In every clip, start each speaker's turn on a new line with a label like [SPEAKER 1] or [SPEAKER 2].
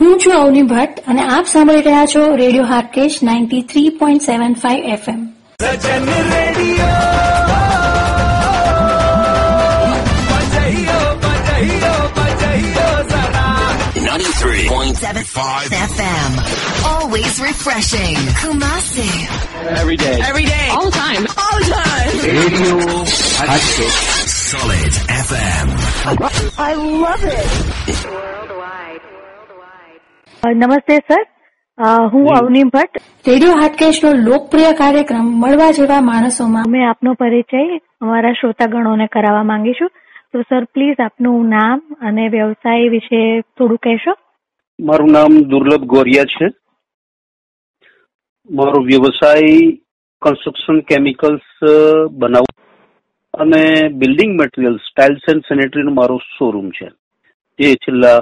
[SPEAKER 1] હું છું અવની ભટ્ટ અને આપ સાંભળી રહ્યા છો રેડિયો હાર્કેશ ninety three point seven five FM
[SPEAKER 2] सजन रेडियो बजाइयो बजाइयो बजाइयो जरा
[SPEAKER 3] 93.75
[SPEAKER 4] FM. Always refreshing. Kumasi.
[SPEAKER 2] every day
[SPEAKER 4] Every day. All the time. All the time.
[SPEAKER 3] Solid FM.
[SPEAKER 5] નમસ્તે સર અ, હું અવની ભટ્ટ
[SPEAKER 1] રેડિયો હાટકેશનો લોકપ્રિય કાર્યક્રમ મળવા જેવા માણસોમાં
[SPEAKER 5] અમે આપનો પરિચય અમારા શ્રોતાગણોને કરાવવા માંગીશું તો સર પ્લીઝ આપનું નામ અને વ્યવસાય વિશે થોડું કહેશો
[SPEAKER 6] મારું નામ દુર્લભ ગોરિયા છે મારો વ્યવસાય કન્સ્ટ્રક્શન કેમિકલ્સ અ, બનાવું અને બિલ્ડિંગ મટીરિયલ્સ ટાઇલ્સ એન્ડ સેનેટરીનો મારો શોરૂમ છે જે છેલ્લા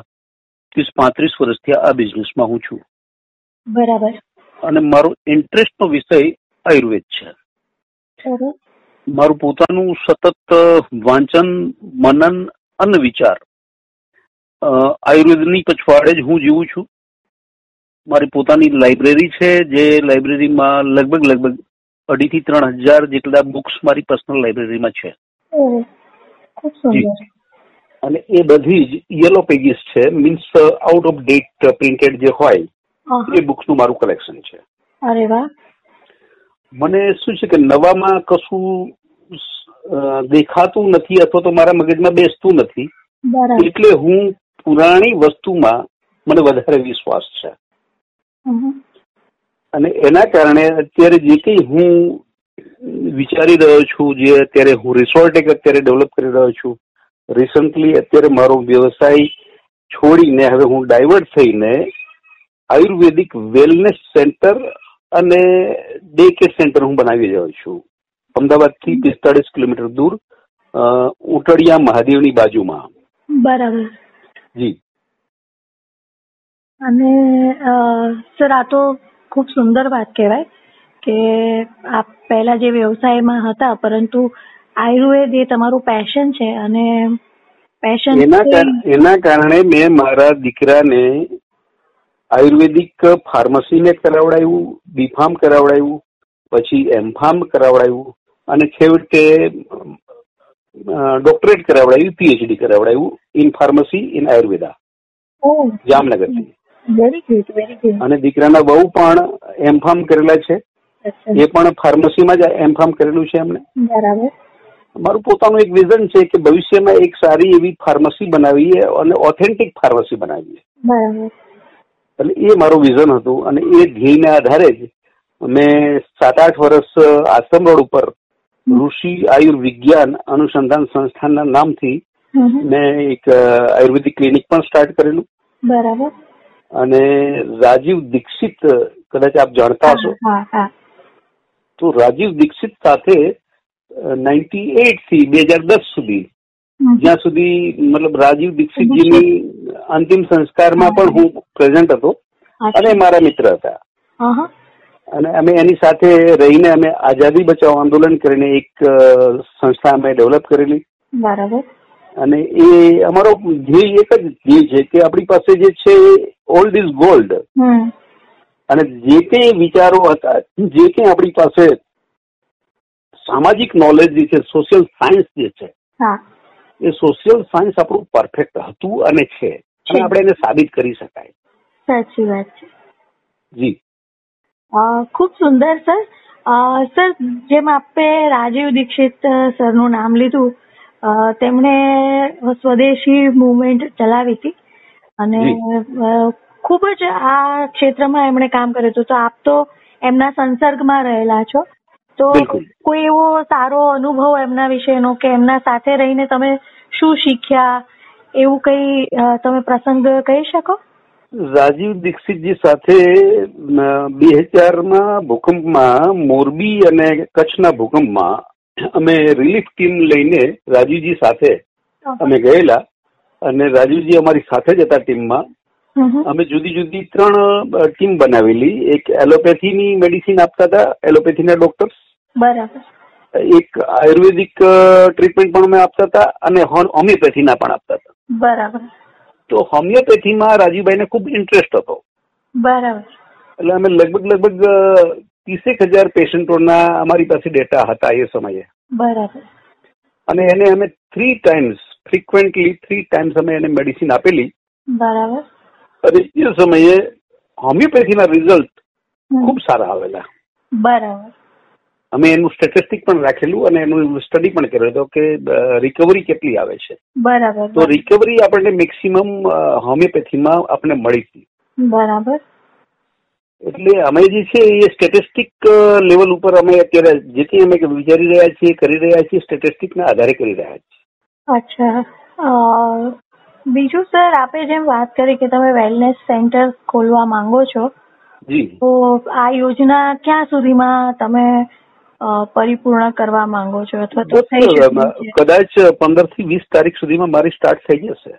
[SPEAKER 6] ત્રીસ પાંત્રીસ વર્ષથી આ બિઝનેસમાં હું છું
[SPEAKER 5] બરાબર
[SPEAKER 6] અને મારો ઇન્ટરેસ્ટનો વિષય આયુર્વેદ છે મારું પોતાનું સતત અ, વાંચન મનન અને વિચાર અ, આયુર્વેદની પછવાડે જ હું જીવું છું મારી પોતાની લાઇબ્રેરી છે જે લાઇબ્રેરીમાં લગભગ લગભગ અઢીથી ત્રણ હજાર જેટલા બુક્સ મારી પર્સનલ લાઇબ્રેરીમાં છે
[SPEAKER 5] ખૂબ
[SPEAKER 6] સુંદર. અને એ બધી જ યલો પેજીસ છે means out of date printed જે હોય એ બુક્સનું મારું કલેક્શન છે
[SPEAKER 5] અરે વાહ
[SPEAKER 6] મને શું છે કે નવામાં કશું અ, દેખાતું નથી અથવા તો મારા મગજમાં બેસતું નથી
[SPEAKER 5] બરાબર
[SPEAKER 6] એટલે હું પુરાણી વસ્તુમાં મને વધારે વિશ્વાસ છે અને એના કારણે અત્યારે જે કંઈ હું વિચારી રહ્યો છું જે અત્યારે હું રિસોર્ટ એક અત્યારે ડેવલપ કરી રહ્યો છું રિસન્ટલી અત્યારે મારો વ્યવસાય છોડીને હવે હું ડાયવર્ટ થઈને આયુર્વેદિક વેલનેસ સેન્ટર અને ડે કેર સેન્ટર હું બનાવી રહ્યો છું અમદાવાદથી પિસ્તાળીસ કિલોમીટર દૂર અ, ઉટડિયા મહાદેવની બાજુમાં
[SPEAKER 5] બરાબર
[SPEAKER 6] જી
[SPEAKER 5] અને અ, સર આ તો ખૂબ સુંદર વાત કહેવાય કે આપ પહેલા જે વ્યવસાયમાં હતા પરંતુ આયુર્વેદ એ તમારું પેશન છે અને પેશન
[SPEAKER 6] એના કાર- એના કારણે મેં મારા દીકરાને આયુર્વેદિક ફાર્મસીને કરાવડાવ્યું બીફાર્મ કરાવડાવ્યું પછી એમ ફાર્મ કરાવડાવ્યું અને છેવટે અ, ડોક્ટરેટ કરાવડાવ્યું પીએચડી કરાવડાવ્યું ઇન ફાર્મસી ઇન આયુર્વેદા જામનગરથી
[SPEAKER 5] વેરી ગુડ વેરી ગુડ
[SPEAKER 6] અને દીકરાના બહુ પણ એમ ફાર્મ કરેલા છે એ પણ ફાર્મસીમાં જ એમ ફાર્મ કરેલું છે એમને
[SPEAKER 5] બરાબર
[SPEAKER 6] મારું પોતાનું એક વિઝન છે કે ભવિષ્યમાં એક સારી એવી ફાર્મસી બનાવીએ અને ઓથેન્ટિક ફાર્મસી બનાવીએ
[SPEAKER 5] બરાબર
[SPEAKER 6] એટલે એ મારું વિઝન હતું અને એ ધ્યેયના આધારે જ મેં સાત આઠ વર્ષ આશ્રમ રોડ ઉપર ઋષિ આયુર્વિજ્ઞાન અનુસંધાન સંસ્થાનના નામથી
[SPEAKER 5] હમ.
[SPEAKER 6] મેં એક અ, આયુર્વેદિક ક્લિનિક પણ સ્ટાર્ટ કરેલું
[SPEAKER 5] બરાબર
[SPEAKER 6] અને રાજીવ દીક્ષિત કદાચ આપ જાણતા હશો
[SPEAKER 5] હા હા
[SPEAKER 6] તો રાજીવ દીક્ષિત સાથે નાઇન્ટી એટ થી બે હજાર દસ સુધી
[SPEAKER 5] હમ.
[SPEAKER 6] જ્યાં સુધી મતલબ રાજીવ દીક્ષિતજીની અંતિમ સંસ્કારમાં પણ હું પ્રેઝન્ટ હતો અને એ મારા મિત્ર હતા
[SPEAKER 5] અહં.
[SPEAKER 6] અને અમે એની સાથે રહીને અમે આઝાદી બચાવ આંદોલન કરીને એક અ, સંસ્થા અમે ડેવલપ કરેલી
[SPEAKER 5] બરાબર
[SPEAKER 6] અને એ અમારો ધ્યેય એક જ ધ્યેય છે કે આપણી પાસે જે છે ઓલ્ડ ઇઝ ગોલ્ડ
[SPEAKER 5] હમ.
[SPEAKER 6] અને જે કંઈ વિચારો હતા જે કંઈ આપણી પાસે સામાજિક નોલેજ જે છે સોશિયલ સાયન્સ જે છે
[SPEAKER 5] હા
[SPEAKER 6] એ સોશિયલ સાયન્સ આપણું પરફેક્ટ હતું અને છે અને આપણે એને સાબિત કરી શકાય
[SPEAKER 5] સાચી વાત છે
[SPEAKER 6] જી
[SPEAKER 5] અ, ખૂબ સુંદર સર અ, સર જેમ આપે રાજીવ દીક્ષિત અ, સરનું નામ લીધું અ, તેમણે સ્વદેશી મુવમેન્ટ ચલાવી હતી અને અ, ખૂબ જ આ ક્ષેત્રમાં એમણે કામ કર્યું હતું તો આપ તો એમના સંસર્ગમાં રહેલા છો તો
[SPEAKER 6] બિલકુલ.
[SPEAKER 5] કોઈ એવો સારો અનુભવ એમના વિશેનો કે એમના સાથે રહીને તમે શું શીખ્યા એવું કઈ અ, તમે પ્રસંગ કહી શકો
[SPEAKER 6] રાજીવ દીક્ષિતજી સાથે બે હજારમાં ભૂકંપમાં મોરબી અને કચ્છના ભૂકંપમાં અમે રિલીફ ટીમ લઈને રાજીવજી સાથે અમે ગયેલા અને રાજીવજી અમારી સાથે જ હતા ટીમમાં
[SPEAKER 5] હમ હમ.
[SPEAKER 6] અમે જુદી જુદી ત્રણ અ, ટીમ બનાવેલી એક એલોપેથીની મેડિસિન આપતા હતા એલોપેથીના ડોક્ટર્સ
[SPEAKER 5] બરાબર
[SPEAKER 6] એક આયુર્વેદિક ટ્રીટમેન્ટ પણ અમે આપતા હતા અને હોમિયોપેથીના પણ આપતા હતા
[SPEAKER 5] બરાબર
[SPEAKER 6] તો હોમિયોપેથીમાં રાજીવભાઈને ખૂબ ઇન્ટરેસ્ટ હતો
[SPEAKER 5] બરાબર
[SPEAKER 6] એટલે અમે લગભગ લગભગ અ, ત્રીસેક હજાર પેશન્ટોના અમારી પાસે ડેટા હતા એ સમયે
[SPEAKER 5] બરાબર
[SPEAKER 6] અને એને અમે three times frequently three times અમે એને મેડિસિન આપેલી
[SPEAKER 5] બરાબર
[SPEAKER 6] અને એ સમયે હોમિયોપેથીના રિઝલ્ટ
[SPEAKER 5] હમ.
[SPEAKER 6] ખૂબ સારા આવેલા
[SPEAKER 5] બરાબર
[SPEAKER 6] અમે એનું સ્ટેટિસ્ટિક પણ રાખેલું અને એનું સ્ટડી પણ કર્યો હતો કે રિકવરી કેટલી આવે છે
[SPEAKER 5] બરાબર
[SPEAKER 6] તો રિકવરી આપણને મેક્સિમમ હોમિયોપેથીમાં આપણને મળી હતી
[SPEAKER 5] બરાબર
[SPEAKER 6] એટલે અમે જે છે એ સ્ટેટિસ્ટિક લેવલ ઉપર અમે અત્યારે જે કંઈ અમે વિચારી રહ્યા છીએ કરી રહ્યા છીએ સ્ટેટિસ્ટિકના આધારે કરી રહ્યા છીએ
[SPEAKER 5] અચ્છા અ, બીજું સર આપે જેમ વાત કરી કે તમે વેલનેસ સેન્ટર ખોલવા માંગો છો
[SPEAKER 6] જી
[SPEAKER 5] તો આ યોજના ક્યાં સુધીમાં તમે અ, પરિપૂર્ણ કરવા માંગો છો અથવા તો થઈ શકે છે?
[SPEAKER 6] કદાચ પંદર થી વીસ તારીખ સુધીમાં મારી સ્ટાર્ટ થઈ જશે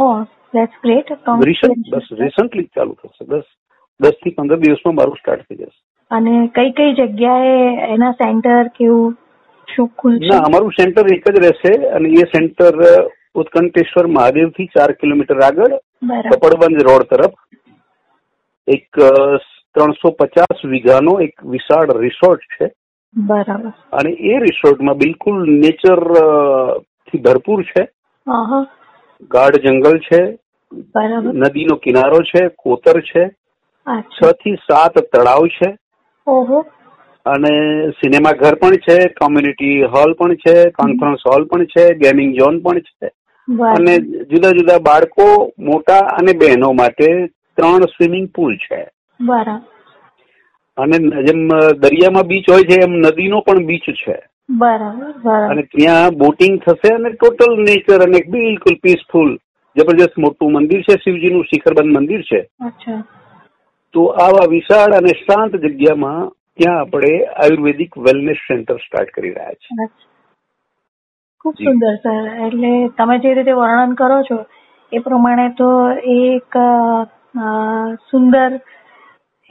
[SPEAKER 5] ઓહ ધેટ્સ ગ્રેટ
[SPEAKER 6] રિસન્ટ બસ રિસન્ટલી ચાલુ થશે બસ દસ થી પંદર દિવસમાં મારું સ્ટાર્ટ થઈ જશે
[SPEAKER 5] અને કઈ કઈ જગ્યાએ એના સેન્ટર કેવું શું ખુલશે
[SPEAKER 6] ના અમારું સેન્ટર એક જ રહેશે અને એ સેન્ટર ઉત્કંઠેશ્વર મહાદેવ થી ચાર કિલોમીટર આગળ
[SPEAKER 5] બરાબર
[SPEAKER 6] કપડબંધ રોડ તરફ એક ત્રણસો પચાસ વીઘાનો એક વિશાળ રિસોર્ટ છે
[SPEAKER 5] બરાબર
[SPEAKER 6] અને એ રિસોર્ટમાં બિલકુલ નેચર થી ભરપૂર છે
[SPEAKER 5] અહં,
[SPEAKER 6] ગાઢ જંગલ છે
[SPEAKER 5] બરાબર
[SPEAKER 6] નદીનો કિનારો છે કોતર છે
[SPEAKER 5] અચ્છા
[SPEAKER 6] છ થી સાત તળાવ છે
[SPEAKER 5] ઓહો
[SPEAKER 6] અને સિનેમા ઘર પણ છે કોમ્યુનિટી હોલ પણ છે કોન્ફરન્સ હોલ પણ છે ગેમિંગ ઝોન પણ છે અને
[SPEAKER 5] બરાબર
[SPEAKER 6] જુદા જુદા બાળકો મોટા અને બહેનો માટે ત્રણ સ્વિમિંગ પુલ છે
[SPEAKER 5] બરાબર
[SPEAKER 6] અને જેમ દરિયામાં બીચ હોય છે એમ નદીનો પણ બીચ છે
[SPEAKER 5] બરાબર બરાબર
[SPEAKER 6] અને ત્યાં બોટિંગ થશે અને ટોટલ નેચર અને બિલકુલ પીસફુલ જબરજસ્ત મોટું મંદિર છે શિવજીનું શિખરબંધ મંદિર છે
[SPEAKER 5] અચ્છા
[SPEAKER 6] તો આવા વિશાળ અને શાંત જગ્યામાં ત્યાં આપણે આયુર્વેદિક વેલનેસ સેન્ટર સ્ટાર્ટ કરી રહ્યા છીએ
[SPEAKER 5] અચ્છા. ખૂબ
[SPEAKER 6] જી.
[SPEAKER 5] સુંદર સર એટલે તમે જે રીતે વર્ણન કરો છો એ પ્રમાણે તો એ એક અ, અ, સુંદર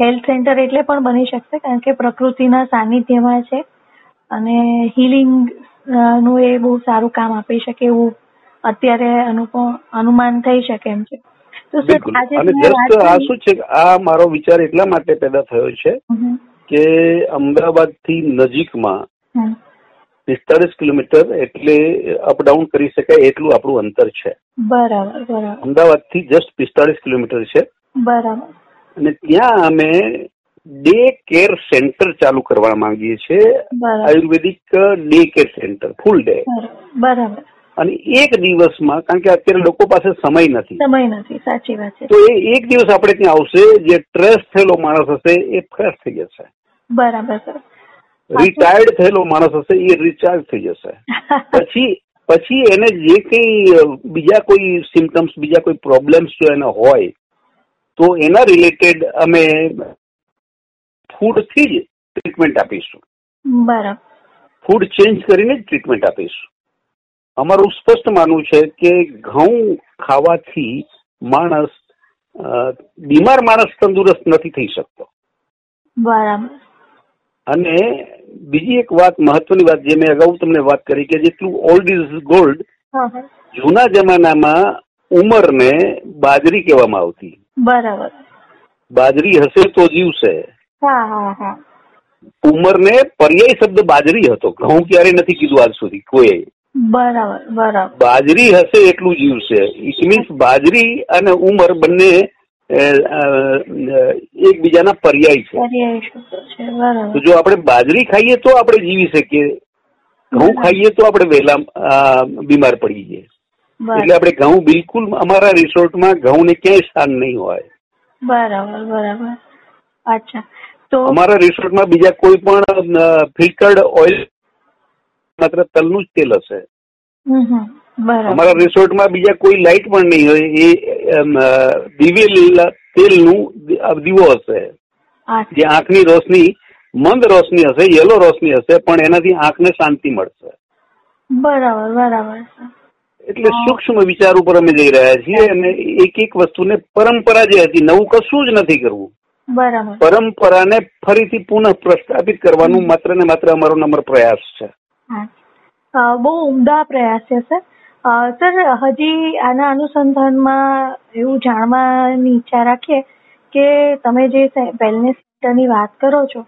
[SPEAKER 5] હેલ્થ સેન્ટર એટલે પણ બની શકશે કારણ કે પ્રકૃતિના સાનિધ્યમાં છે અને હિલિંગ નું એ બહુ સારું કામ આપી શકે એવું અત્યારે અનુભવ અનુમાન થઈ શકે એમ છે તો સર
[SPEAKER 6] બિલકુલ
[SPEAKER 5] આજે
[SPEAKER 6] અને
[SPEAKER 5] તમે વાત
[SPEAKER 6] જસ્ટ આ
[SPEAKER 5] કરી-
[SPEAKER 6] શું છે કે આ મારો વિચાર એટલા માટે પેદા થયો છે
[SPEAKER 5] હમ,
[SPEAKER 6] કે અમદાવાદ થી નજીકમાં
[SPEAKER 5] હમ.
[SPEAKER 6] પિસ્તાળીસ કિલોમીટર એટલે અપડાઉન કરી શકાય એટલું આપણું અંતર છે
[SPEAKER 5] બરાબર બરાબર
[SPEAKER 6] અમદાવાદ થી જસ્ટ પિસ્તાળીસ કિલોમીટર છે
[SPEAKER 5] બરાબર
[SPEAKER 6] અને ત્યાં અમે ડે કેર સેન્ટર ચાલુ કરવા માંગીએ છીએ
[SPEAKER 5] બરાબર
[SPEAKER 6] Ayurvedic day care centre full day
[SPEAKER 5] બરાબર
[SPEAKER 6] અને એક દિવસમાં કારણ કે અત્યારે લોકો પાસે સમય નથી
[SPEAKER 5] સમય નથી સાચી વાત છે
[SPEAKER 6] તો એ એક દિવસ આપણે ત્યાં આવશે જે ટ્રેસ થયેલો માણસ હશે એ ફ્રેશ થઈ જશે
[SPEAKER 5] બરાબર સર
[SPEAKER 6] રિટાયર્ડ થયેલો માણસ હશે એ રિચાર્જ થઈ જશે પછી પછી એને જે કંઈ અ, બીજા કોઈ સિમ્ટમ્સ બીજા કોઈ પ્રોબ્લેમ્સ જો એને હોય તો એના રિલેટેડ અમે ફૂડથી જ ટ્રીટમેન્ટ આપીશું
[SPEAKER 5] બરાબર
[SPEAKER 6] ફૂડ ચેન્જ કરીને જ ટ્રીટમેન્ટ આપીશું અમારું સ્પષ્ટ માનવું છે કે ઘઉં ખાવાથી માણસ અ, બીમાર માણસ તંદુરસ્ત નથી થઈ શકતો
[SPEAKER 5] બરાબર
[SPEAKER 6] અને બીજી એક વાત મહત્વની વાત જે મેં અગાઉ તમને વાત કરી કે જેટલું ઓલ્ડ ઇઝ ગોલ્ડ
[SPEAKER 5] હા, હા.
[SPEAKER 6] જૂના જમાનામાં ઉંમરને બાજરી કહેવામાં આવતી
[SPEAKER 5] બરાબર
[SPEAKER 6] બાજરી હશે તો જીવશે
[SPEAKER 5] હા હા હા
[SPEAKER 6] ઉંમરને પર્યાય શબ્દ બાજરી હતો ઘઉં ક્યારે નથી કીધું આજ સુધી કોઈ
[SPEAKER 5] બરાબર બરાબર
[SPEAKER 6] બાજરી હશે એટલું જીવશે ઇટ મીન્સ બાજરી અને ઉંમર બંને અ, અ, અ, એકબીજાના પર્યાય છે
[SPEAKER 5] પર્યાય શબ્દ છે બરાબર
[SPEAKER 6] તો જો આપણે બાજરી ખાઈએ તો આપણે જીવી શકીએ ઘઉં
[SPEAKER 5] બરાબર.
[SPEAKER 6] ખાઈએ તો આપણે વહેલા અ, બીમાર પડી જઈએ એટલે
[SPEAKER 5] બરાબર
[SPEAKER 6] આપણે ઘઉં બિલકુલ અમારા રિસોર્ટમાં ઘઉંને ક્યાંય સ્થાન નહીં હોય
[SPEAKER 5] બરાબર બરાબર અચ્છા તો
[SPEAKER 6] અમારા રિસોર્ટમાં બીજા કોઈ પણ ફિલ્ટર્ડ ઓઇલ માત્ર તલનું જ તેલ હશે
[SPEAKER 5] હમ, હમ. બરાબર
[SPEAKER 6] અમારા રિસોર્ટમાં બીજા કોઈ લાઇટ પણ નહીં હોય એ એમ, અ, દિવેલ તેલનું દી- અ, દીવો હશે જે
[SPEAKER 5] અચ્છા
[SPEAKER 6] આંખની રોશની મંદ રોશની હશે યલો રોશની હશે પણ એનાથી આંખને શાંતિ મળશે
[SPEAKER 5] બરાબર બરાબર સર.
[SPEAKER 6] એટલે સૂક્ષ્મ વિચાર ઉપર અમે જઈ રહ્યા છીએ અને એક એક વસ્તુને પરંપરા જે હતી નવું કશું જ નથી કરવું
[SPEAKER 5] બરાબર
[SPEAKER 6] પરંપરાને ફરીથી પુનઃ પ્રસ્થાપિત કરવાનું માત્ર ને માત્ર અમારો નંબર પ્રયાસ છે
[SPEAKER 5] હા. અ, બહુ ઉમદા પ્રયાસ છે સર અ, સર હજી આના અનુસંધાનમાં એવું જાણવાની ઈચ્છા રાખીએ કે તમે જે વેલનેસ સેન્ટરની વાત કરો છો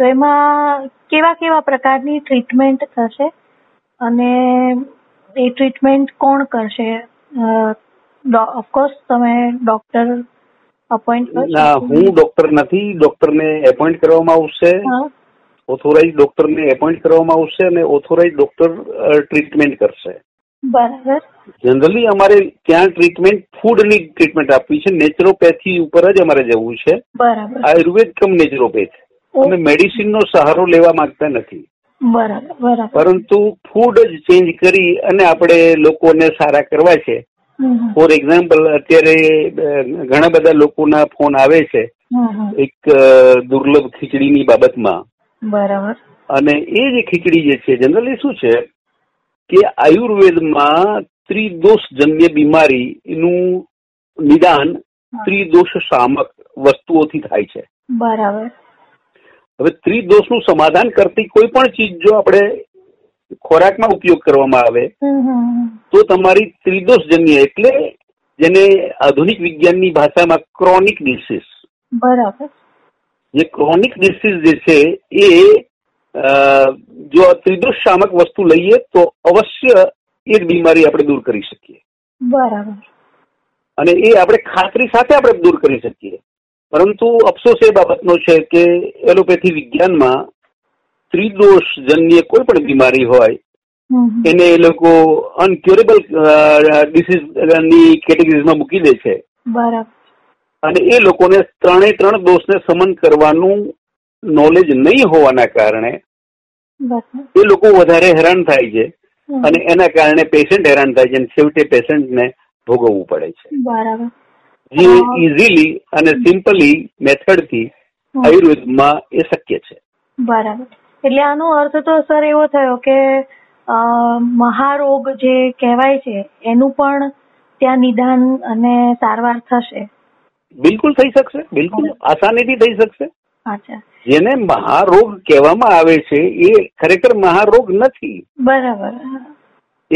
[SPEAKER 5] તો એમાં કેવા કેવા પ્રકારની ટ્રીટમેન્ટ થશે અને એ ટ્રીટમેન્ટ કોણ કરશે ઓફકોર્સ તમે ડોક્ટર અપોઇન્ટ
[SPEAKER 6] ના હું ડોક્ટર નથી ડોક્ટરને એપોઇન્ટ કરવામાં આવશે ઓથોરાઇઝ ડોક્ટરને એપોઇન્ટ કરવામાં આવશે અને ઓથોરાઇઝ ડોક્ટર ટ્રીટમેન્ટ કરશે
[SPEAKER 5] બરાબર
[SPEAKER 6] જનરલી અમારે ત્યાં ટ્રીટમેન્ટ ફૂડની ટ્રીટમેન્ટ આપવી છે નેચરોપેથી ઉપર જ અમારે જવું છે
[SPEAKER 5] બરાબર
[SPEAKER 6] આયુર્વેદ કમ નેચરોપેથ અમે મેડિસિનનો સહારો લેવા માંગતા નથી
[SPEAKER 5] બરાબર બરાબર
[SPEAKER 6] પરંતુ ફૂડ જ ચેન્જ કરી અને આપણે લોકોને સારા કરવા છે
[SPEAKER 5] હમ, હમ,
[SPEAKER 6] ફોર એક્ઝામ્પલ અત્યારે અ, ઘણા બધા લોકોના ફોન આવે છે
[SPEAKER 5] હમ, હમ.
[SPEAKER 6] એક અ, દુર્લભ ખીચડીની બાબતમાં
[SPEAKER 5] બરાબર
[SPEAKER 6] અને એ જે ખીચડી જે છે જનરલી શું છે કે આયુર્વેદમાં ત્રિદોષજન્ય બીમારીનું નિદાન ત્રિદોષ શામક વસ્તુઓથી થાય છે
[SPEAKER 5] બરાબર
[SPEAKER 6] હવે ત્રિદોષનું સમાધાન કરતી કોઈ પણ ચીજ જો આપણે ખોરાકમાં ઉપયોગ કરવામાં આવે
[SPEAKER 5] હમ, હમ, હમ.
[SPEAKER 6] તો તમારી ત્રિદોષજન્ય એટલે જેને આધુનિક વિજ્ઞાનની ભાષામાં ક્રોનિક ડિસીઝ
[SPEAKER 5] બરાબર
[SPEAKER 6] જે ક્રોનિક ડિસીઝ જે છે એ અ, જો આ ત્રિદોષ શામક વસ્તુ લઈએ તો અવશ્ય એ જ બીમારી આપણે દૂર કરી શકીએ
[SPEAKER 5] બરાબર
[SPEAKER 6] અને એ આપણે ખાતરી સાથે આપણે દૂર કરી શકીએ પરંતુ અફસોસ એ બાબતનો છે કે એલોપેથી વિજ્ઞાનમાં ત્રિદોષજન્ય કોઈ પણ બીમારી હોય
[SPEAKER 5] હમ, હમ.
[SPEAKER 6] એને એ લોકો અનક્યુરેબલ ડિસીઝની કેટેગરીઝમાં મૂકી દે છે
[SPEAKER 5] બરાબર
[SPEAKER 6] અને એ લોકોને ત્રણે ત્રણ દોષને સમન કરવાનું નોલેજ નહીં હોવાના કારણે
[SPEAKER 5] બરાબર
[SPEAKER 6] એ લોકો વધારે હેરાન થાય છે
[SPEAKER 5] હમ.
[SPEAKER 6] અને એના કારણે પેશન્ટ હેરાન થાય છે અને છેવટે પેશન્ટને ભોગવવું પડે છે
[SPEAKER 5] બરાબર
[SPEAKER 6] જે ઇઝીલી અને સિમ્પલી મેથડથી
[SPEAKER 5] હમ.
[SPEAKER 6] આયુર્વેદમાં એ શક્ય છે
[SPEAKER 5] બરાબર એટલે આનો અર્થ તો સર એવો થયો કે અ, મહારોગ જે કહેવાય છે એનું પણ ત્યાં નિદાન અને સારવાર થશે
[SPEAKER 6] બિલકુલ થઈ શકશે બિલકુલ આસાનીથી થઈ શકશે
[SPEAKER 5] અચ્છા
[SPEAKER 6] જેને મહારોગ કહેવામાં આવે છે એ ખરેખર મહારોગ નથી
[SPEAKER 5] બરાબર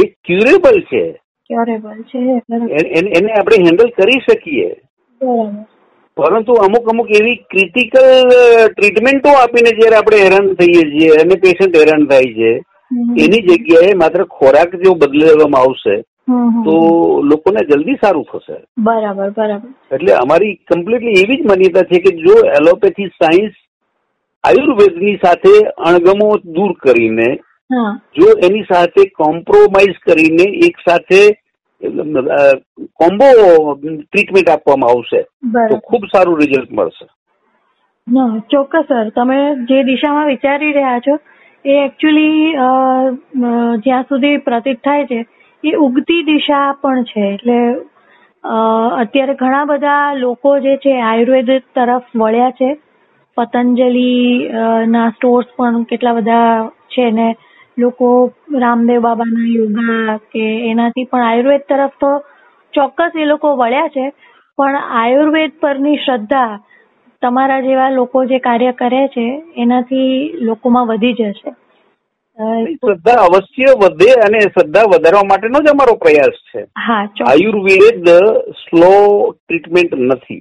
[SPEAKER 6] એ ક્યુરેબલ છે
[SPEAKER 5] ક્યોરેબલ છે બરાબર
[SPEAKER 6] એ- એને એને આપણે હેન્ડલ કરી શકીએ
[SPEAKER 5] બરાબર.
[SPEAKER 6] પરંતુ અમુક અમુક એવી ક્રિટિકલ ટ્રીટમેન્ટો આપીને જ્યારે આપણે હેરાન થઈએ છીએ અને પેશન્ટ હેરાન થાય છે
[SPEAKER 5] હમ.
[SPEAKER 6] એની જગ્યાએ માત્ર ખોરાક જો બદલવામાં આવશે
[SPEAKER 5] હમ, હમ.
[SPEAKER 6] તો લોકોને જલ્દી સારું થશે
[SPEAKER 5] બરાબર બરાબર
[SPEAKER 6] એટલે અમારી કમ્પ્લીટલી એવી જ માન્યતા છે કે જો એલોપેથી સાયન્સ આયુર્વેદની સાથે અણગમો દૂર કરીને
[SPEAKER 5] હા
[SPEAKER 6] જો એની સાથે કોમ્પ્રોમાઇઝ કરીને એક સાથે કોમ્બો ટ્રીટમેન્ટ આપવામાં આવશે તો
[SPEAKER 5] બરાબર
[SPEAKER 6] ખૂબ સારું રિઝલ્ટ મળશે
[SPEAKER 5] ના ચોક્કસ સર તમે જે દિશામાં વિચારી રહ્યા છો એ એકચ્યુઅલી જ્યાં સુધી પ્રતીત થાય છે એ ઉગતી દિશા પણ છે એટલે અ, અત્યારે ઘણા બધા લોકો જે છે આયુર્વેદ તરફ વળ્યા છે પતંજલિ અ, ના સ્ટોર્સ પણ કેટલા બધા છે ને લોકો રામદેવ બાબાના યોગા કે એનાથી પણ આયુર્વેદ તરફ તો ચોક્કસ એ લોકો વળ્યા છે પણ આયુર્વેદ પરની શ્રદ્ધા તમારા જેવા લોકો જે કાર્ય કરે છે એનાથી લોકોમાં વધી જશે અ,
[SPEAKER 6] શ્રદ્ધા અવશ્ય વધે અને શ્રદ્ધા વધારવા માટેનો જ અમારો પ્રયાસ છે
[SPEAKER 5] હા ચોક્કસ
[SPEAKER 6] આયુર્વેદ સ્લો ટ્રીટમેન્ટ નથી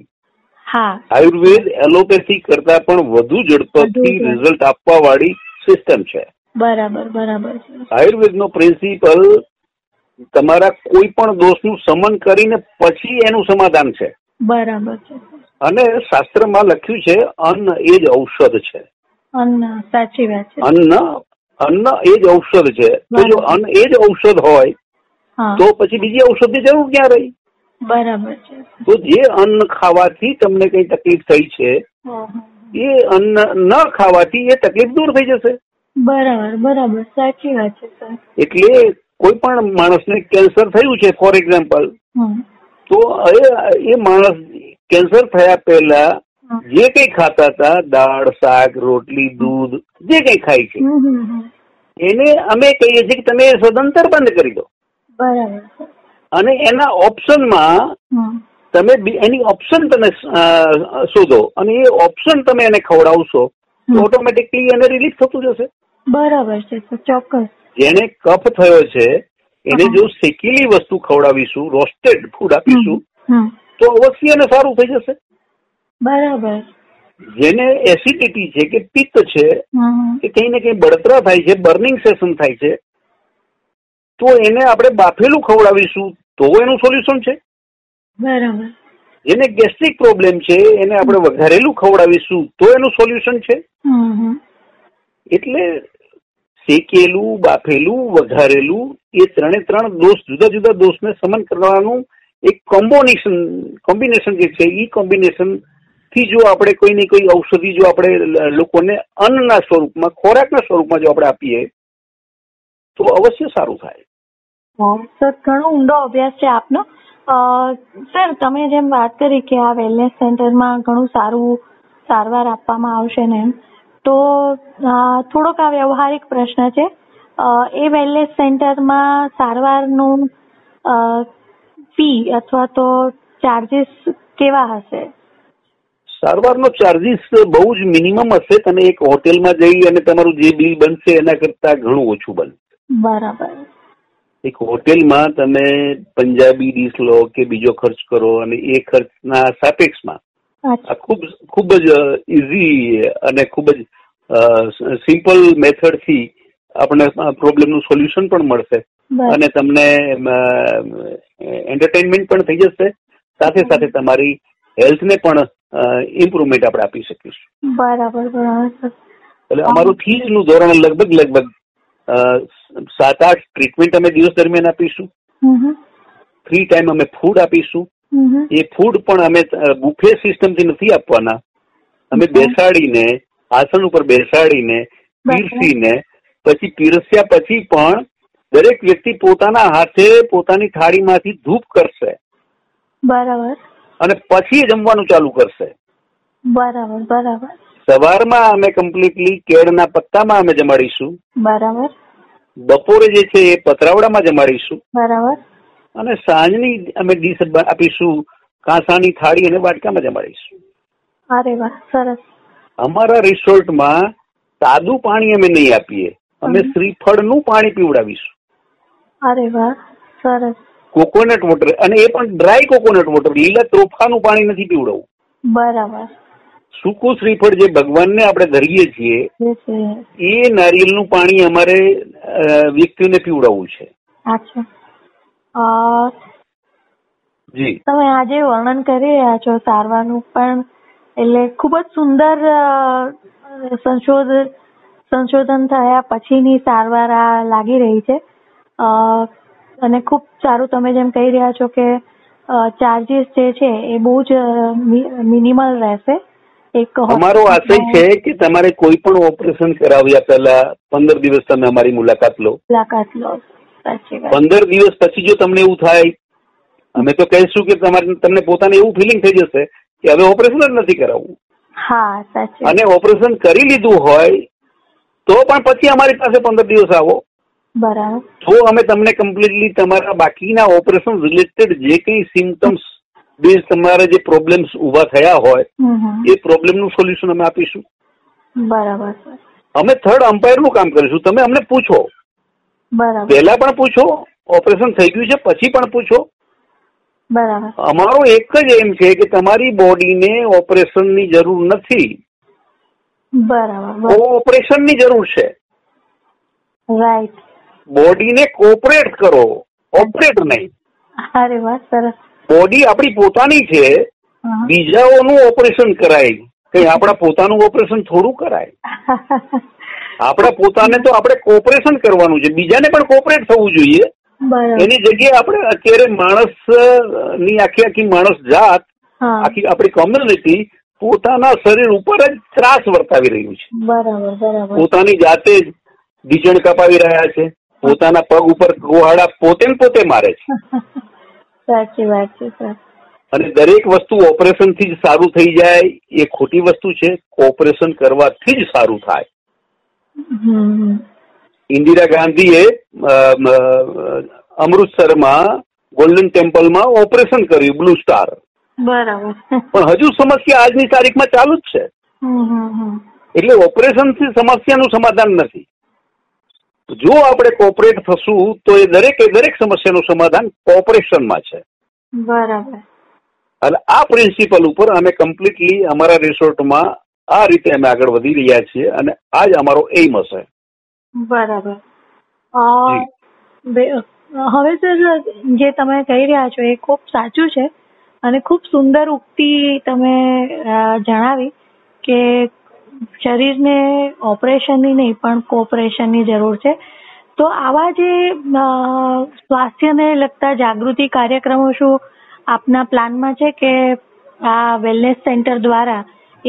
[SPEAKER 5] હા
[SPEAKER 6] આયુર્વેદ એલોપેથી કરતા પણ વધુ ઝડપથી
[SPEAKER 5] વધુ ઝડપ.
[SPEAKER 6] રિઝલ્ટ આપવા વાળી સિસ્ટમ છે
[SPEAKER 5] બરાબર બરાબર છે.
[SPEAKER 6] આયુર્વેદનો પ્રિન્સિપલ તમારા કોઈ પણ દોષનું સમન કરીને પછી એનું સમાધાન છે
[SPEAKER 5] બરાબર છે
[SPEAKER 6] અને શાસ્ત્રમાં લખ્યું છે અન્ન એ જ ઔષધ છે
[SPEAKER 5] અન્ન સાચી વાત છે
[SPEAKER 6] અન્ન અન્ન એ જ ઔષધ છે તો જો
[SPEAKER 5] બરાબર.
[SPEAKER 6] અન્ન એ જ ઔષધ હોય
[SPEAKER 5] હા
[SPEAKER 6] તો પછી બીજી ઔષધની જરૂર ક્યાં રહી
[SPEAKER 5] બરાબર છે
[SPEAKER 6] તો જે અન્ન ખાવાથી તમને કઈ તકલીફ થઈ છે
[SPEAKER 5] હા, હા.
[SPEAKER 6] એ અન્ન ન ખાવાથી એ તકલીફ દૂર થઈ જશે
[SPEAKER 5] બરાબર બરાબર સાચી વાત છે સર
[SPEAKER 6] એટલે કોઈ પણ માણસને કેન્સર થયું છે ફોર એક્ઝામ્પલ
[SPEAKER 5] હમ.
[SPEAKER 6] તો એ- એ માણસ કેન્સર થયા પહેલા
[SPEAKER 5] હા.
[SPEAKER 6] જે કઈ ખાતા હતા દાળ શાક રોટલી દૂધ જે કઈ ખાય છે
[SPEAKER 5] હમ, હમ, હમ.
[SPEAKER 6] એને અમે કહીએ છીએ કે તમે એ સદંતર બંધ કરી દો
[SPEAKER 5] બરાબર છે
[SPEAKER 6] અને એના ઓપ્શનમાં
[SPEAKER 5] હમ.
[SPEAKER 6] તમે બી- એની ઓપ્શન તમે અ, શોધો અને એ ઓપ્શન તમે એને ખવડાવશો તો
[SPEAKER 5] હમ.
[SPEAKER 6] ઓટોમેટિકલી એને રિલીફ થતું જશે
[SPEAKER 5] બરાબર છે સર ચોક્કસ
[SPEAKER 6] જેને કફ થયો છે એને જો શેકેલી વસ્તુ ખવડાવીશું રોસ્ટેડ ફૂડ આપીશું
[SPEAKER 5] હમ
[SPEAKER 6] તો અવશ્ય એને સારું થઈ જશે
[SPEAKER 5] બરાબર
[SPEAKER 6] જેને એસિડિટી છે કે પિત્ત છે
[SPEAKER 5] હમ
[SPEAKER 6] કે કંઈ ને કંઈ બળતરા થાય છે બર્નિંગ સેશન થાય છે તો એને આપણે બાફેલું ખવડાવીશું તો એનું સોલ્યુશન છે
[SPEAKER 5] બરાબર
[SPEAKER 6] જેને ગેસ્ટ્રિક પ્રોબ્લેમ છે એને આપણે વઘારેલું ખવડાવીશું તો એનું સોલ્યુશન છે
[SPEAKER 5] હમ હમ
[SPEAKER 6] એટલે શેકેલું બાફેલું વઘારેલું એ ત્રણે ત્રણ દોષ જુદા જુદા દોષને સમન કરવાનું એક કોમ્બોનેશન કોમ્બિનેશન જે છે એ કોમ્બિનેશન થી જો આપણે કોઈ ને કોઈ ઔષધિ જો આપણે લ- લોકોને અન્નના સ્વરૂપમાં ખોરાકના સ્વરૂપમાં જો આપણે આપીએ તો અવશ્ય સારું થાય
[SPEAKER 5] સર ઘણો ઊંડો અભ્યાસ છે આપનો અ, સર તમે જેમ વાત કરી કે આ વેલનેસ સેન્ટરમાં ઘણું સારું સારવાર આપવામાં આવશે ને એમ તો અ, થોડોક આ વ્યવહારિક પ્રશ્ન છે અ, એ વેલનેસ સેન્ટરમાં સારવારનું ફી અથવા તો ચાર્જીસ કેવા હશે
[SPEAKER 6] સારવારનો ચાર્જીસ બહુ જ મિનિમમ હશે તમે એક હોટેલમાં જઈ અને તમારું જે બિલ બનશે એના કરતા ઘણું ઓછું બનશે
[SPEAKER 5] બરાબર
[SPEAKER 6] એક હોટેલમાં તમે પંજાબી ડીશ લો કે બીજો ખર્ચ કરો અને એ ખર્ચના સાપેક્ષમાં આ
[SPEAKER 5] અચ્છા
[SPEAKER 6] ખૂબ ખૂબ જ ઇઝી અને ખૂબ જ સિમ્પલ મેથડથી આપણે પ્રોબ્લેમનું સોલ્યુશન પણ મળશે
[SPEAKER 5] બરાબર
[SPEAKER 6] અને તમને એન્ટરટેનમેન્ટ પણ થઈ જશે સાથે સાથે તમારી હેલ્થને પણ ઇમ્પ્રુવમેન્ટ આપણે આપી શકીશું
[SPEAKER 5] બરાબર બરાબર સર
[SPEAKER 6] એટલે અમારું ફીજનું ધોરણ લગભગ લગભગ અ, સાત આઠ ટ્રીટમેન્ટ અમે દિવસ દરમિયાન આપીશું
[SPEAKER 5] હમ હમ
[SPEAKER 6] ફ્રી ટાઈમ અમે ફૂડ આપીશું
[SPEAKER 5] હમ હમ.
[SPEAKER 6] એ ફૂડ પણ અમે બુફે સિસ્ટમથી નથી આપવાના અમે
[SPEAKER 5] હમ.
[SPEAKER 6] બેસાડીને આસન ઉપર બેસાડીને
[SPEAKER 5] બરાબર.
[SPEAKER 6] પીરસીને પછી પીરસ્યા પછી પણ દરેક વ્યક્તિ પોતાના હાથે પોતાની થાળીમાંથી ધૂપ કરશે
[SPEAKER 5] બરાબર
[SPEAKER 6] અને પછી જમવાનું ચાલુ કરશે
[SPEAKER 5] બરાબર બરાબર
[SPEAKER 6] સવારમાં અમે કમ્પ્લીટલી કેળના પત્તામાં અમે જમાડીશું
[SPEAKER 5] બરાબર
[SPEAKER 6] બપોરે જે છે એ પતરાવડામાં જમાડીશું
[SPEAKER 5] બરાબર
[SPEAKER 6] અને સાંજની અમે ડીશ આપીશું કાંસાની થાળી અને વાટકામાં જમાડીશું
[SPEAKER 5] અરે વાહ સરસ
[SPEAKER 6] અમારા રિસોર્ટમાં સાદું પાણી અમે નહીં આપીએ અમે
[SPEAKER 5] હમ.
[SPEAKER 6] શ્રીફળનું પાણી પીવડાવીશું
[SPEAKER 5] અરે વાહ સરસ
[SPEAKER 6] કોકોનટ વોટર અને એ પણ ડ્રાય કોકોનટ વોટર લીલા તોફાનું પાણી નથી પીવડાવવું
[SPEAKER 5] બરાબર
[SPEAKER 6] સૂકું શ્રીફળ જે ભગવાનને આપણે ધરીએ છીએ
[SPEAKER 5] જે છે
[SPEAKER 6] એ નારિયેળનું પાણી અમારે અ, વ્યક્તિઓને પીવડાવવું છે
[SPEAKER 5] અચ્છા અ,
[SPEAKER 6] જી
[SPEAKER 5] તમે આજે વર્ણન કરી રહ્યા છો સારવારનું પણ એટલે ખૂબ જ સુંદર અ, સંશોધ સંશોધન થયા પછીની સારવાર આ લાગી રહી છે અ, અને ખૂબ સારું તમે જેમ કહી રહ્યા છો કે ચાર્જીસ જે છે એ બહુ જ મિનિમલ રહેશે એક
[SPEAKER 6] અમારો આશય છે કે તમારે કોઈ પણ ઓપરેશન કરાવ્યા પહેલા પંદર દિવસ તમે અમારી મુલાકાત લો
[SPEAKER 5] મુલાકાત લો સાચી વાત
[SPEAKER 6] પંદર દિવસ પછી જો તમને એવું થાય અમે તો કહીશું કે તમારે તમને પોતાને એવું ફિલિંગ થઈ જશે કે હવે ઓપરેશન જ નથી કરાવવું
[SPEAKER 5] હા સાચી વાત.
[SPEAKER 6] અને ઓપરેશન કરી લીધું હોય તો પણ પછી અમારી પાસે પંદર દિવસ આવો
[SPEAKER 5] બરાબર
[SPEAKER 6] તો અમે તમને કમ્પ્લીટલી તમારા બાકીના ઓપરેશન રિલેટેડ જે કંઈ સિમ્ટમ્સ બેઝ તમારા જે પ્રોબ્લેમ્સ ઊભા થયા હોય
[SPEAKER 5] હમ હમ.
[SPEAKER 6] એ પ્રોબ્લેમનું સોલ્યુશન અમે આપીશું
[SPEAKER 5] બરાબર સર
[SPEAKER 6] અમે થર્ડ અમ્પાયરનું કામ કરીશું તમે અમને પૂછો
[SPEAKER 5] બરાબર
[SPEAKER 6] પહેલા પણ પૂછો ઓપરેશન થઈ ગયું છે પછી પણ પૂછો
[SPEAKER 5] બરાબર
[SPEAKER 6] અમારો એક જ એમ છે કે તમારી બોડીને ઓપરેશનની જરૂર નથી
[SPEAKER 5] બરાબર બરાબર
[SPEAKER 6] ઓપરેશનની જરૂર છે
[SPEAKER 5] રાઈટ
[SPEAKER 6] બોડીને કોઓપરેટ કરો ઓપરેટ નહીં
[SPEAKER 5] અરે વાહ સરસ
[SPEAKER 6] બોડી આપણી પોતાની છે
[SPEAKER 5] હા.
[SPEAKER 6] બીજાઓનું ઓપરેશન કરાય કઈ આપણા પોતાનું ઓપરેશન થોડું કરાય આપણા પોતાને તો આપણે કોઓપરેશન કરવાનું છે બીજાને પણ કોઓપરેટ થવું જોઈએ
[SPEAKER 5] બરાબર
[SPEAKER 6] એની જગ્યાએ આપણે અત્યારે માણસ અ, ની આખી આખી માણસ જાત
[SPEAKER 5] હા
[SPEAKER 6] આખી આપણી કોમ્યુનિટી પોતાના શરીર ઉપર જ ત્રાસ વર્તાવી રહ્યું છે
[SPEAKER 5] બરાબર બરાબર
[SPEAKER 6] પોતાની જાતે જ બીજણ કપાવી રહ્યા છે પોતાના પગ ઉપર ગોહાડા પોતે ને પોતે મારે છે
[SPEAKER 5] સાચી વાત છે સર
[SPEAKER 6] અને દરેક વસ્તુ ઓપરેશન થી જ સારું થઈ જાય એ ખોટી વસ્તુ છે ઓપરેશન કરવાથી જ સારું થાય
[SPEAKER 5] હમ
[SPEAKER 6] ઇન્દિરા ગાંધીએ અ, અ, અમૃતસરમાં ગોલ્ડન ટેમ્પલમાં ઓપરેશન કર્યું બ્લુ સ્ટાર
[SPEAKER 5] બરાબર
[SPEAKER 6] પણ હજુ સમસ્યા આજની તારીખમાં ચાલુ જ છે
[SPEAKER 5] હમ હમ હમ
[SPEAKER 6] એટલે ઓપરેશનથી સમસ્યાનું સમાધાન નથી જો આપણે કોપરેટ થશું તો એ દરેકે દરેક સમસ્યાનું સમાધાન કોપરેશનમાં છે
[SPEAKER 5] બરાબર
[SPEAKER 6] એટલે આ પ્રિન્સિપલ ઉપર અમે કમ્પ્લીટલી અમારા રિસોર્ટમાં આ રીતે અમે આગળ વધી રહ્યા છીએ અને આ જ અમારો એઇમ હશે
[SPEAKER 5] બરાબર અ, બે- હવે સર જે તમે કહી રહ્યા છો એ ખૂબ સાચું છે અને ખૂબ સુંદર ઉક્તિ તમે અ, જણાવી કે શરીરને ઓપરેશનની નહીં પણ કોઓપરેશનની જરૂર છે તો આવા જે અ, સ્વાસ્થ્યને લગતા જાગૃતિ કાર્યક્રમો શું આપના પ્લાનમાં છે કે આ વેલનેસ સેન્ટર દ્વારા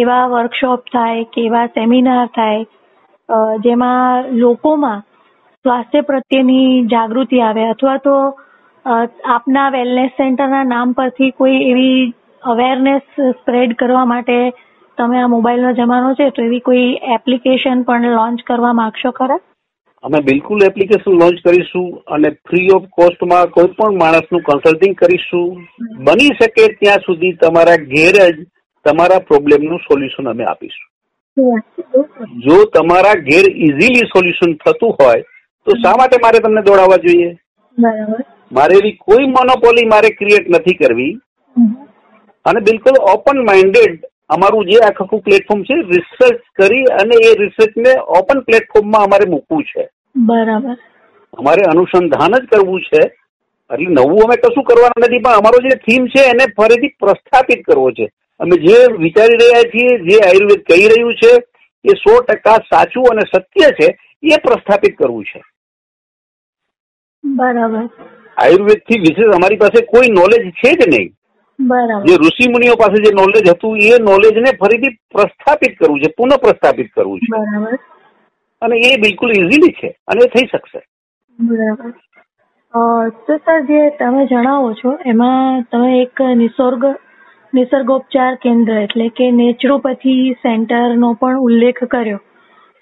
[SPEAKER 5] એવા વર્કશોપ થાય કે એવા સેમિનાર થાય અ, જેમાં લોકોમાં સ્વાસ્થ્ય પ્રત્યેની જાગૃતિ આવે અથવા તો અ, આપના વેલનેસ સેન્ટરના નામ પરથી કોઈ એવી અવેરનેસ સ્પ્રેડ કરવા માટે તમે આ મોબાઈલનો જમાનો છે તો એવી કોઈ એપ્લિકેશન પણ લોન્ચ કરવા માંગશો ખરા
[SPEAKER 6] અમે બિલકુલ એપ્લિકેશન લોન્ચ કરીશું અને ફ્રી ઓફ કોસ્ટમાં કોઈ પણ માણસનું કન્સલ્ટિંગ કરીશું બની શકે ત્યાં સુધી તમારા ઘેર જ તમારા પ્રોબ્લેમનું સોલ્યુશન અમે આપીશું જો તમારા ઘેર ઇઝીલી સોલ્યુશન થતું હોય તો શા માટે મારે તમને દોડાવવા જોઈએ
[SPEAKER 5] બરાબર
[SPEAKER 6] મારે એવી કોઈ મોનોપોલી મારે ક્રિએટ નથી કરવી અને બિલકુલ ઓપન માઇન્ડેડ અમારું જે આખું આખું પ્લેટફોર્મ છે રિસર્ચ કરી અને એ રિસર્ચને ઓપન પ્લેટફોર્મમાં અમારે મૂકવું છે
[SPEAKER 5] બરાબર
[SPEAKER 6] અમારે અનુસંધાન જ કરવું છે એટલે નવું અમે કશું કરવાનું નથી પણ અમારો જે થીમ છે એને ફરીથી પ્રસ્થાપિત કરવો છે અમે જે વિચારી રહ્યા છીએ જે આયુર્વેદ કહી રહ્યું છે એ સો ટકા સાચું અને સત્ય છે એ પ્રસ્થાપિત કરવું છે
[SPEAKER 5] બરાબર
[SPEAKER 6] આયુર્વેદથી વિશેષ અમારી પાસે કોઈ નોલેજ છે જ નહીં
[SPEAKER 5] બરાબર
[SPEAKER 6] જે ઋષિ મુનિઓ પાસે જે નોલેજ હતું એ નોલેજને ફરીથી પ્રસ્થાપિત કરવું છે પુનઃ પ્રસ્થાપિત કરવું છે
[SPEAKER 5] બરાબર
[SPEAKER 6] અને એ બિલકુલ ઇઝીલી છે અને એ થઈ શકશે
[SPEAKER 5] બરાબર અ, તો સર જે તમે જણાવો છો એમાં તમે એક નિસર્ગ નિસર્ગોપચાર કેન્દ્ર એટલે કે નેચરોપથી સેન્ટરનો પણ ઉલ્લેખ કર્યો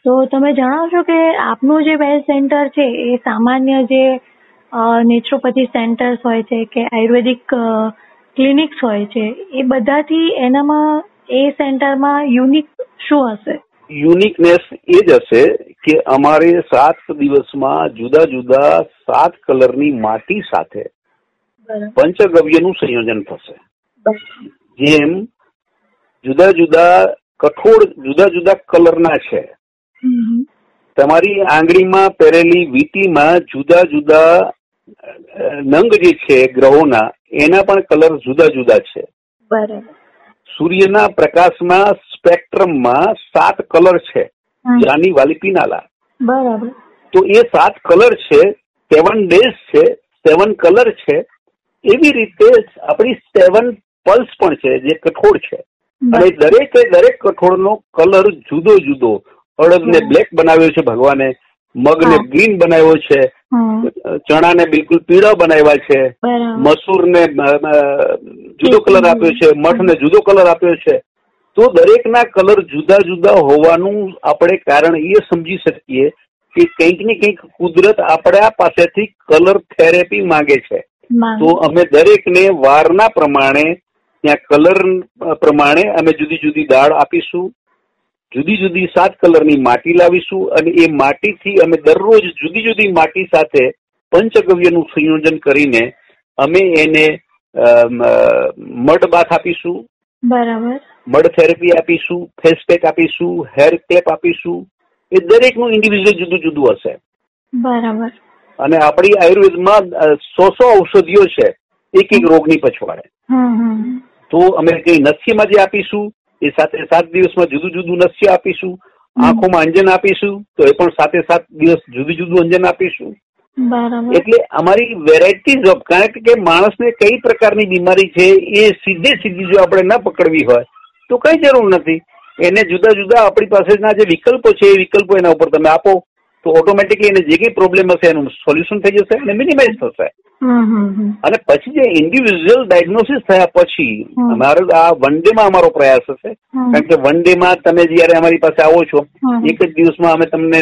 [SPEAKER 5] તો તમે જણાવશો કે આપનું જે વેલ સેન્ટર છે એ સામાન્ય જે અ, નેચરોપથી સેન્ટર્સ હોય છે કે આયુર્વેદિક અ, ક્લિનિક્સ હોય છે એ બધાથી એનામાં એ સેન્ટરમાં યુનિક શું હશે
[SPEAKER 6] યુનિકનેસ એ જ હશે કે અમારે સાત દિવસમાં જુદા જુદા સાત કલરની માટી સાથે પંચગવ્યનું સંયોજન થશે જેમ જુદા જુદા કઠોળ જુદા જુદા કલરના છે તમારી આંગળીમાં પહેરેલી વીટીમાં જુદા જુદા અ, નંગ જે છે ગ્રહોના એના પણ કલર જુદા જુદા છે
[SPEAKER 5] બરાબર
[SPEAKER 6] સૂર્યના પ્રકાશમાં સ્પેક્ટ્રમમાં સાત કલર છે જાની વાલી પીનાલા
[SPEAKER 5] બરાબર
[SPEAKER 6] તો એ સાત કલર છે સેવન ડેઝ છે સેવન કલર છે એવી રીતે આપણી સેવન પલ્સ પણ છે જે કઠોળ છે અને દરેકે દરેક કઠોળનો કલર જુદો જુદો અડદને બ્લેક બનાવ્યો છે ભગવાને મગને
[SPEAKER 5] હા.
[SPEAKER 6] ગ્રીન બનાવ્યો છે
[SPEAKER 5] હમ
[SPEAKER 6] ચણાને બિલકુલ પીળા બનાવ્યા છે
[SPEAKER 5] બરાબર
[SPEAKER 6] મસૂરને અ, અ, જુદો કલર આપ્યો છે મઠને જુદો કલર આપ્યો છે તો દરેકના કલર જુદા જુદા હોવાનું આપણે કારણ એ સમજી શકીએ કે કંઈક ને કંઈક કુદરત આપણા પાસેથી કલર થેરેપી માંગે છે
[SPEAKER 5] માં-
[SPEAKER 6] તો અમે દરેકને વારના પ્રમાણે ત્યાં કલર પ્રમાણે અમે જુદી જુદી દાળ આપીશું જુદી જુદી સાત કલરની માટી લાવીશું અને એ માટીથી અમે દરરોજ જુદી જુદી માટી સાથે પંચગવ્યનું સંયોજન કરીને અમે એને અમ, અ, મડ બાથ આપીશું
[SPEAKER 5] બરાબર
[SPEAKER 6] મડ થેરેપી આપીશું ફેસ પેક આપીશું હેર ક્લેપ આપીશું એ દરેકનું ઇન્ડિવિજ્યુઅલ જુદું જુદું હશે
[SPEAKER 5] બરાબર
[SPEAKER 6] અને આપણી આયુર્વેદમાં સો સો ઔષધિઓ છે એક એક રોગની પછવાડે
[SPEAKER 5] હમ હમ
[SPEAKER 6] તો અમે કઈ નસ્યમાં જે આપીશું એ સાથે સાત દિવસમાં જુદું જુદું નસ્ય આપીશું આંખોમાં અંજન આપીશું તો એ પણ સાથે સાત દિવસ જુદું જુદું અંજન આપીશું
[SPEAKER 5] બરાબર
[SPEAKER 6] એટલે અમારી વેરાયટીઝ ઓફ કારણ કે માણસને કઈ પ્રકારની બીમારી છે એ સીધે સીધી જો આપણે ન પકડવી હોય તો કઈ જરૂર નથી એને જુદા જુદા આપણી પાસેના જે વિકલ્પો છે એ વિકલ્પો એના ઉપર તમે આપો તો ઓટોમેટિકલી એને જે કઈ પ્રોબ્લેમ હશે એનું સોલ્યુશન થઈ જશે અને મિનિમાઇઝ થશે
[SPEAKER 5] હમ હમ હમ
[SPEAKER 6] અને પછી જે ઇન્ડિવિજ્યુઅલ ડાયગ્નોસિસ થયા પછી
[SPEAKER 5] હમ.
[SPEAKER 6] અમારો આ વન ડે માં અમારો પ્રયાસ હશે
[SPEAKER 5] હમ.
[SPEAKER 6] કારણ કે વન ડે માં તમે જયારે અમારી પાસે આવો છો
[SPEAKER 5] હમ.
[SPEAKER 6] એક જ દિવસમાં અમે તમને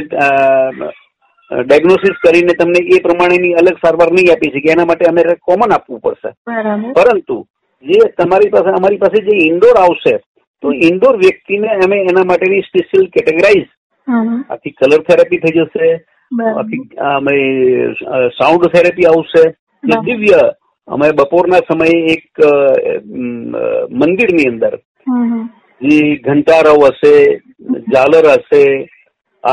[SPEAKER 6] ડાયગ્નોસિસ કરીને તમને એ પ્રમાણેની અલગ સારવાર નહીં આપી શકીએ એના માટે અમે કોમન આપવું પડશે
[SPEAKER 5] બરાબર
[SPEAKER 6] પરંતુ જે તમારી પાસે અમારી પાસે જે ઇન્ડોર આવશે તો ઇન્ડોર વ્યક્તિને અમે એના માટેની સ્પેશિયલ કેટેગરાઇઝ
[SPEAKER 5] હમ
[SPEAKER 6] આથી કલર થેરેપી થઈ જશે
[SPEAKER 5] બરાબર.
[SPEAKER 6] આખી અમે સાઉન્ડ થેરેપી આવશે જે
[SPEAKER 5] બરાબર.
[SPEAKER 6] દિવ્ય અમે બપોરના સમયે એક અ, અમ, અ, મંદિરની અંદર
[SPEAKER 5] હમ, હમ.
[SPEAKER 6] જે ઘંટારવ હશે ઝાલર હશે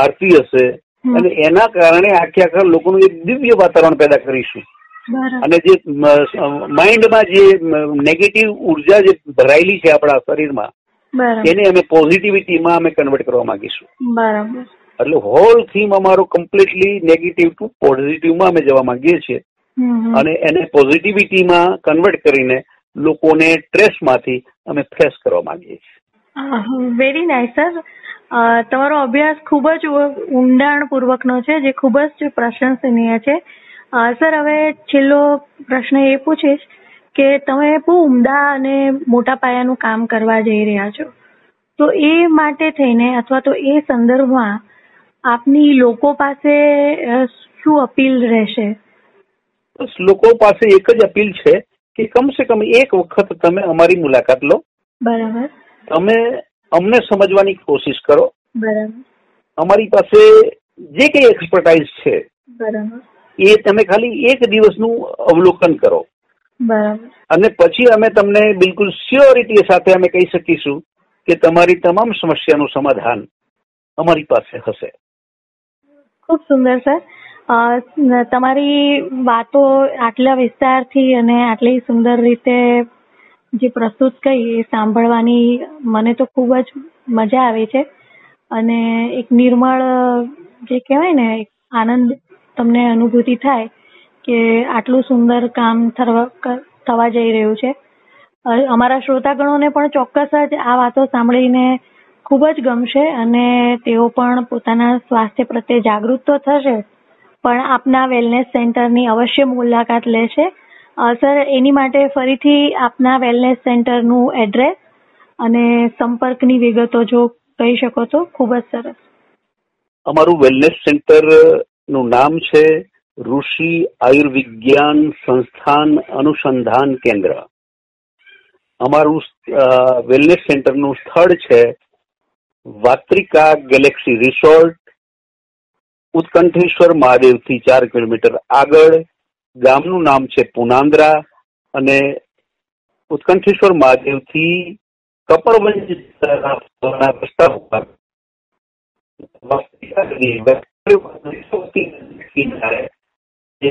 [SPEAKER 6] આરતી હશે
[SPEAKER 5] હમ.
[SPEAKER 6] અને એના કારણે આખે આખા લોકોનું એક દિવ્ય વાતાવરણ પેદા કરીશું
[SPEAKER 5] બરાબર
[SPEAKER 6] અને જે મ- માઇન્ડમાં જે નેગેટિવ ઉર્જા જે ભરાયેલી છે આપણા શરીરમાં
[SPEAKER 5] બરાબર
[SPEAKER 6] એને અમે પોઝિટિવિટીમાં અમે કન્વર્ટ કરવા માંગીશું
[SPEAKER 5] બરાબર
[SPEAKER 6] એટલે હોલ થીમ અમારો કમ્પ્લીટલી નેગેટિવ ટુ પોઝિટિવમાં અમે જવા માંગીએ છીએ
[SPEAKER 5] હમ, હમ.
[SPEAKER 6] અને એને પોઝિટિવિટીમાં કન્વર્ટ કરીને લોકોને ટ્રેસમાંથી અમે ફ્રેશ કરવા માંગીએ છીએ
[SPEAKER 5] વેરી નાઇસ સર તમારો અભ્યાસ ખૂબ જ ઊંડાણપૂર્વકનો છે જે ખૂબ જ પ્રશંસનીય છે સર હવે છેલ્લો પ્રશ્ન એ પૂછીશ કે તમે બહુ ઉમદા અને મોટા પાયાનું કામ કરવા જઈ રહ્યા છો તો એ માટે થઈને અથવા તો એ સંદર્ભમાં આપની લોકો પાસે અ, શું અપીલ રહેશે
[SPEAKER 6] બસ લોકો પાસે એક જ અપીલ છે કે કમસે કમ એક વખત તમે અમારી મુલાકાત લો
[SPEAKER 5] બરાબર
[SPEAKER 6] તમે અમને સમજવાની કોશિશ કરો
[SPEAKER 5] બરાબર
[SPEAKER 6] અમારી પાસે જે કંઈ એક્સપર્ટાઇઝ છે
[SPEAKER 5] બરાબર
[SPEAKER 6] એ તમે ખાલી એક દિવસનું અવલોકન કરો
[SPEAKER 5] બરાબર
[SPEAKER 6] અને પછી અમે તમને બિલકુલ સ્યોરિટી સાથે અમે કહી શકીશું કે તમારી તમામ સમસ્યાનું સમાધાન અમારી પાસે હશે
[SPEAKER 5] ખૂબ સુંદર સર અ, ન- તમારી વાતો આટલા વિસ્તારથી અને આટલી સુંદર રીતે જે પ્રસ્તુત કરી એ સાંભળવાની મને તો ખૂબ જ મજા આવે છે અને એક નિર્મળ અ, જે કહેવાય ને એક આનંદ તમને અનુભૂતિ થાય કે આટલું સુંદર કામ થરવા- ક- થવા જઈ રહ્યું છે અ, અમારા શ્રોતાગણોને પણ ચોક્કસ જ આ વાતો સાંભળીને ખૂબ જ ગમશે અને તેઓ પણ પોતાના સ્વાસ્થ્ય પ્રત્યે જાગૃત તો થશે પણ આપના વેલનેસ સેન્ટરની અવશ્ય મુલાકાત લેશે અ, સર એની માટે ફરીથી આપના વેલનેસ સેન્ટરનું એડ્રેસ અને સંપર્કની વિગતો જો કહી શકો તો ખૂબ જ સરસ
[SPEAKER 6] અમારું વેલનેસ સેન્ટર નું નામ છે ઋષિ આયુર્વિજ્ઞાન સંસ્થાન અનુસંધાન કેન્દ્ર અમારું અ, વેલનેસ સેન્ટરનું સ્થળ છે વાત્રિકા ગેલેક્સી રિસોર્ટ ઉત્કંઠેશ્વર મહાદેવથી ચાર કિલોમીટર આગળ ગામનું નામ છે પુનાંદ્રા અને ઉત્કંઠેશ્વર મહાદેવથી કપડવંજ તરફના રસ્તા ઉપર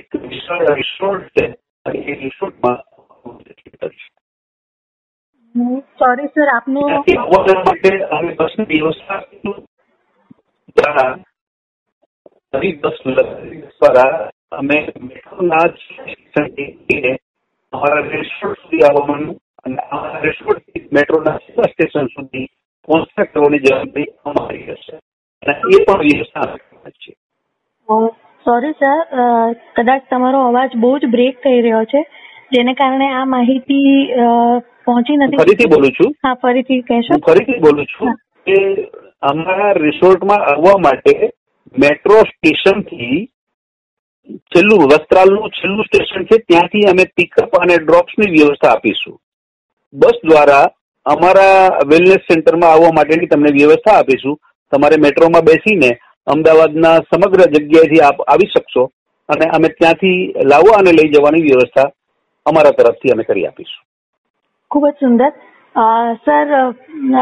[SPEAKER 6] એક વિશાળ રિસોર્ટ છે અને એ રિસોર્ટમાં
[SPEAKER 5] સોરી સર આપનો
[SPEAKER 6] ત્યાંથી આવવા માટે અમે બસની વ્યવસ્થા દ્વારા નવી બસ લગાવી દ્વારા અમે મેટ્રોના જ સ્ટેશન દેખીને અમારા રિસોર્ટ સુધી આવવાનું અને અમારા રિસોર્ટથી મેટ્રોના સીધા સ્ટેશન સુધી પહોંચતા કરવાની જવાબદારી અમારી હશે અને એ પણ વ્યવસ્થા અમે કરવાની છે
[SPEAKER 5] Oh, sorry sir uh, Uh, કદાચ તમારો અવાજ બહુ જ બ્રેક થઈ રહ્યો છે જેને કારણે આ માહિતી અ, પહોંચી
[SPEAKER 6] હું
[SPEAKER 5] નથી
[SPEAKER 6] ફરીથી બોલું છું
[SPEAKER 5] હા ફરીથી કહેશો
[SPEAKER 6] હું ફરીથી બોલું છું કે અમારા રિસોર્ટમાં આવવા માટે મેટ્રો સ્ટેશનથી છેલ્લું વસ્ત્રાલનું છેલ્લું સ્ટેશન છે ત્યાંથી અમે પિકઅપ અને ડ્રોપ્સની વ્યવસ્થા આપીશું બસ દ્વારા અમારા વેલનેસ સેન્ટરમાં આવવા માટેની તમને વ્યવસ્થા આપીશું તમારે મેટ્રોમાં બેસીને અમદાવાદના સમગ્ર જગ્યાએથી આપ આવી શકશો અને અમે ત્યાંથી લાવવા અને લઈ જવાની વ્યવસ્થા અમારા તરફથી અમે કરી આપીશું
[SPEAKER 5] ખૂબ જ સુંદર અ, સર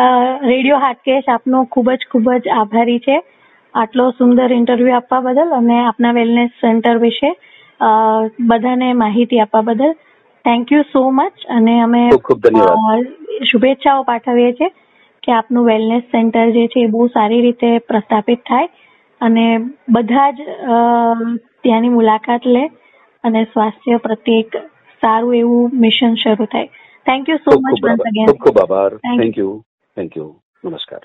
[SPEAKER 5] અ, રેડિયો હાટકેશ આપનો ખૂબ જ ખૂબ જ આભારી છે આટલો સુંદર ઇન્ટરવ્યુ આપવા બદલ અને આપના વેલનેસ સેન્ટર વિશે અ, બધાને માહિતી આપવા બદલ થેન્ક યુ સો મચ અને અમે
[SPEAKER 6] ખૂબ ખૂબ ધન્યવાદ.
[SPEAKER 5] અ, શુભેચ્છાઓ પાઠવીએ છીએ કે આપનું વેલનેસ સેન્ટર જે છે એ બહુ સારી રીતે પ્રસ્થાપિત થાય અને બધા જ અ, ત્યાંની મુલાકાત લે અને સ્વાસ્થ્ય પ્રત્યે એક સારું એવું મિશન શરૂ થાય થેન્ક યુ સો
[SPEAKER 6] ખૂબ
[SPEAKER 5] મચ
[SPEAKER 6] ખૂબ
[SPEAKER 5] વન્સ
[SPEAKER 6] આભાર
[SPEAKER 5] અગેન
[SPEAKER 6] ખૂબ ખૂબ આભાર
[SPEAKER 5] Thank
[SPEAKER 6] thank you thank you નમસ્કાર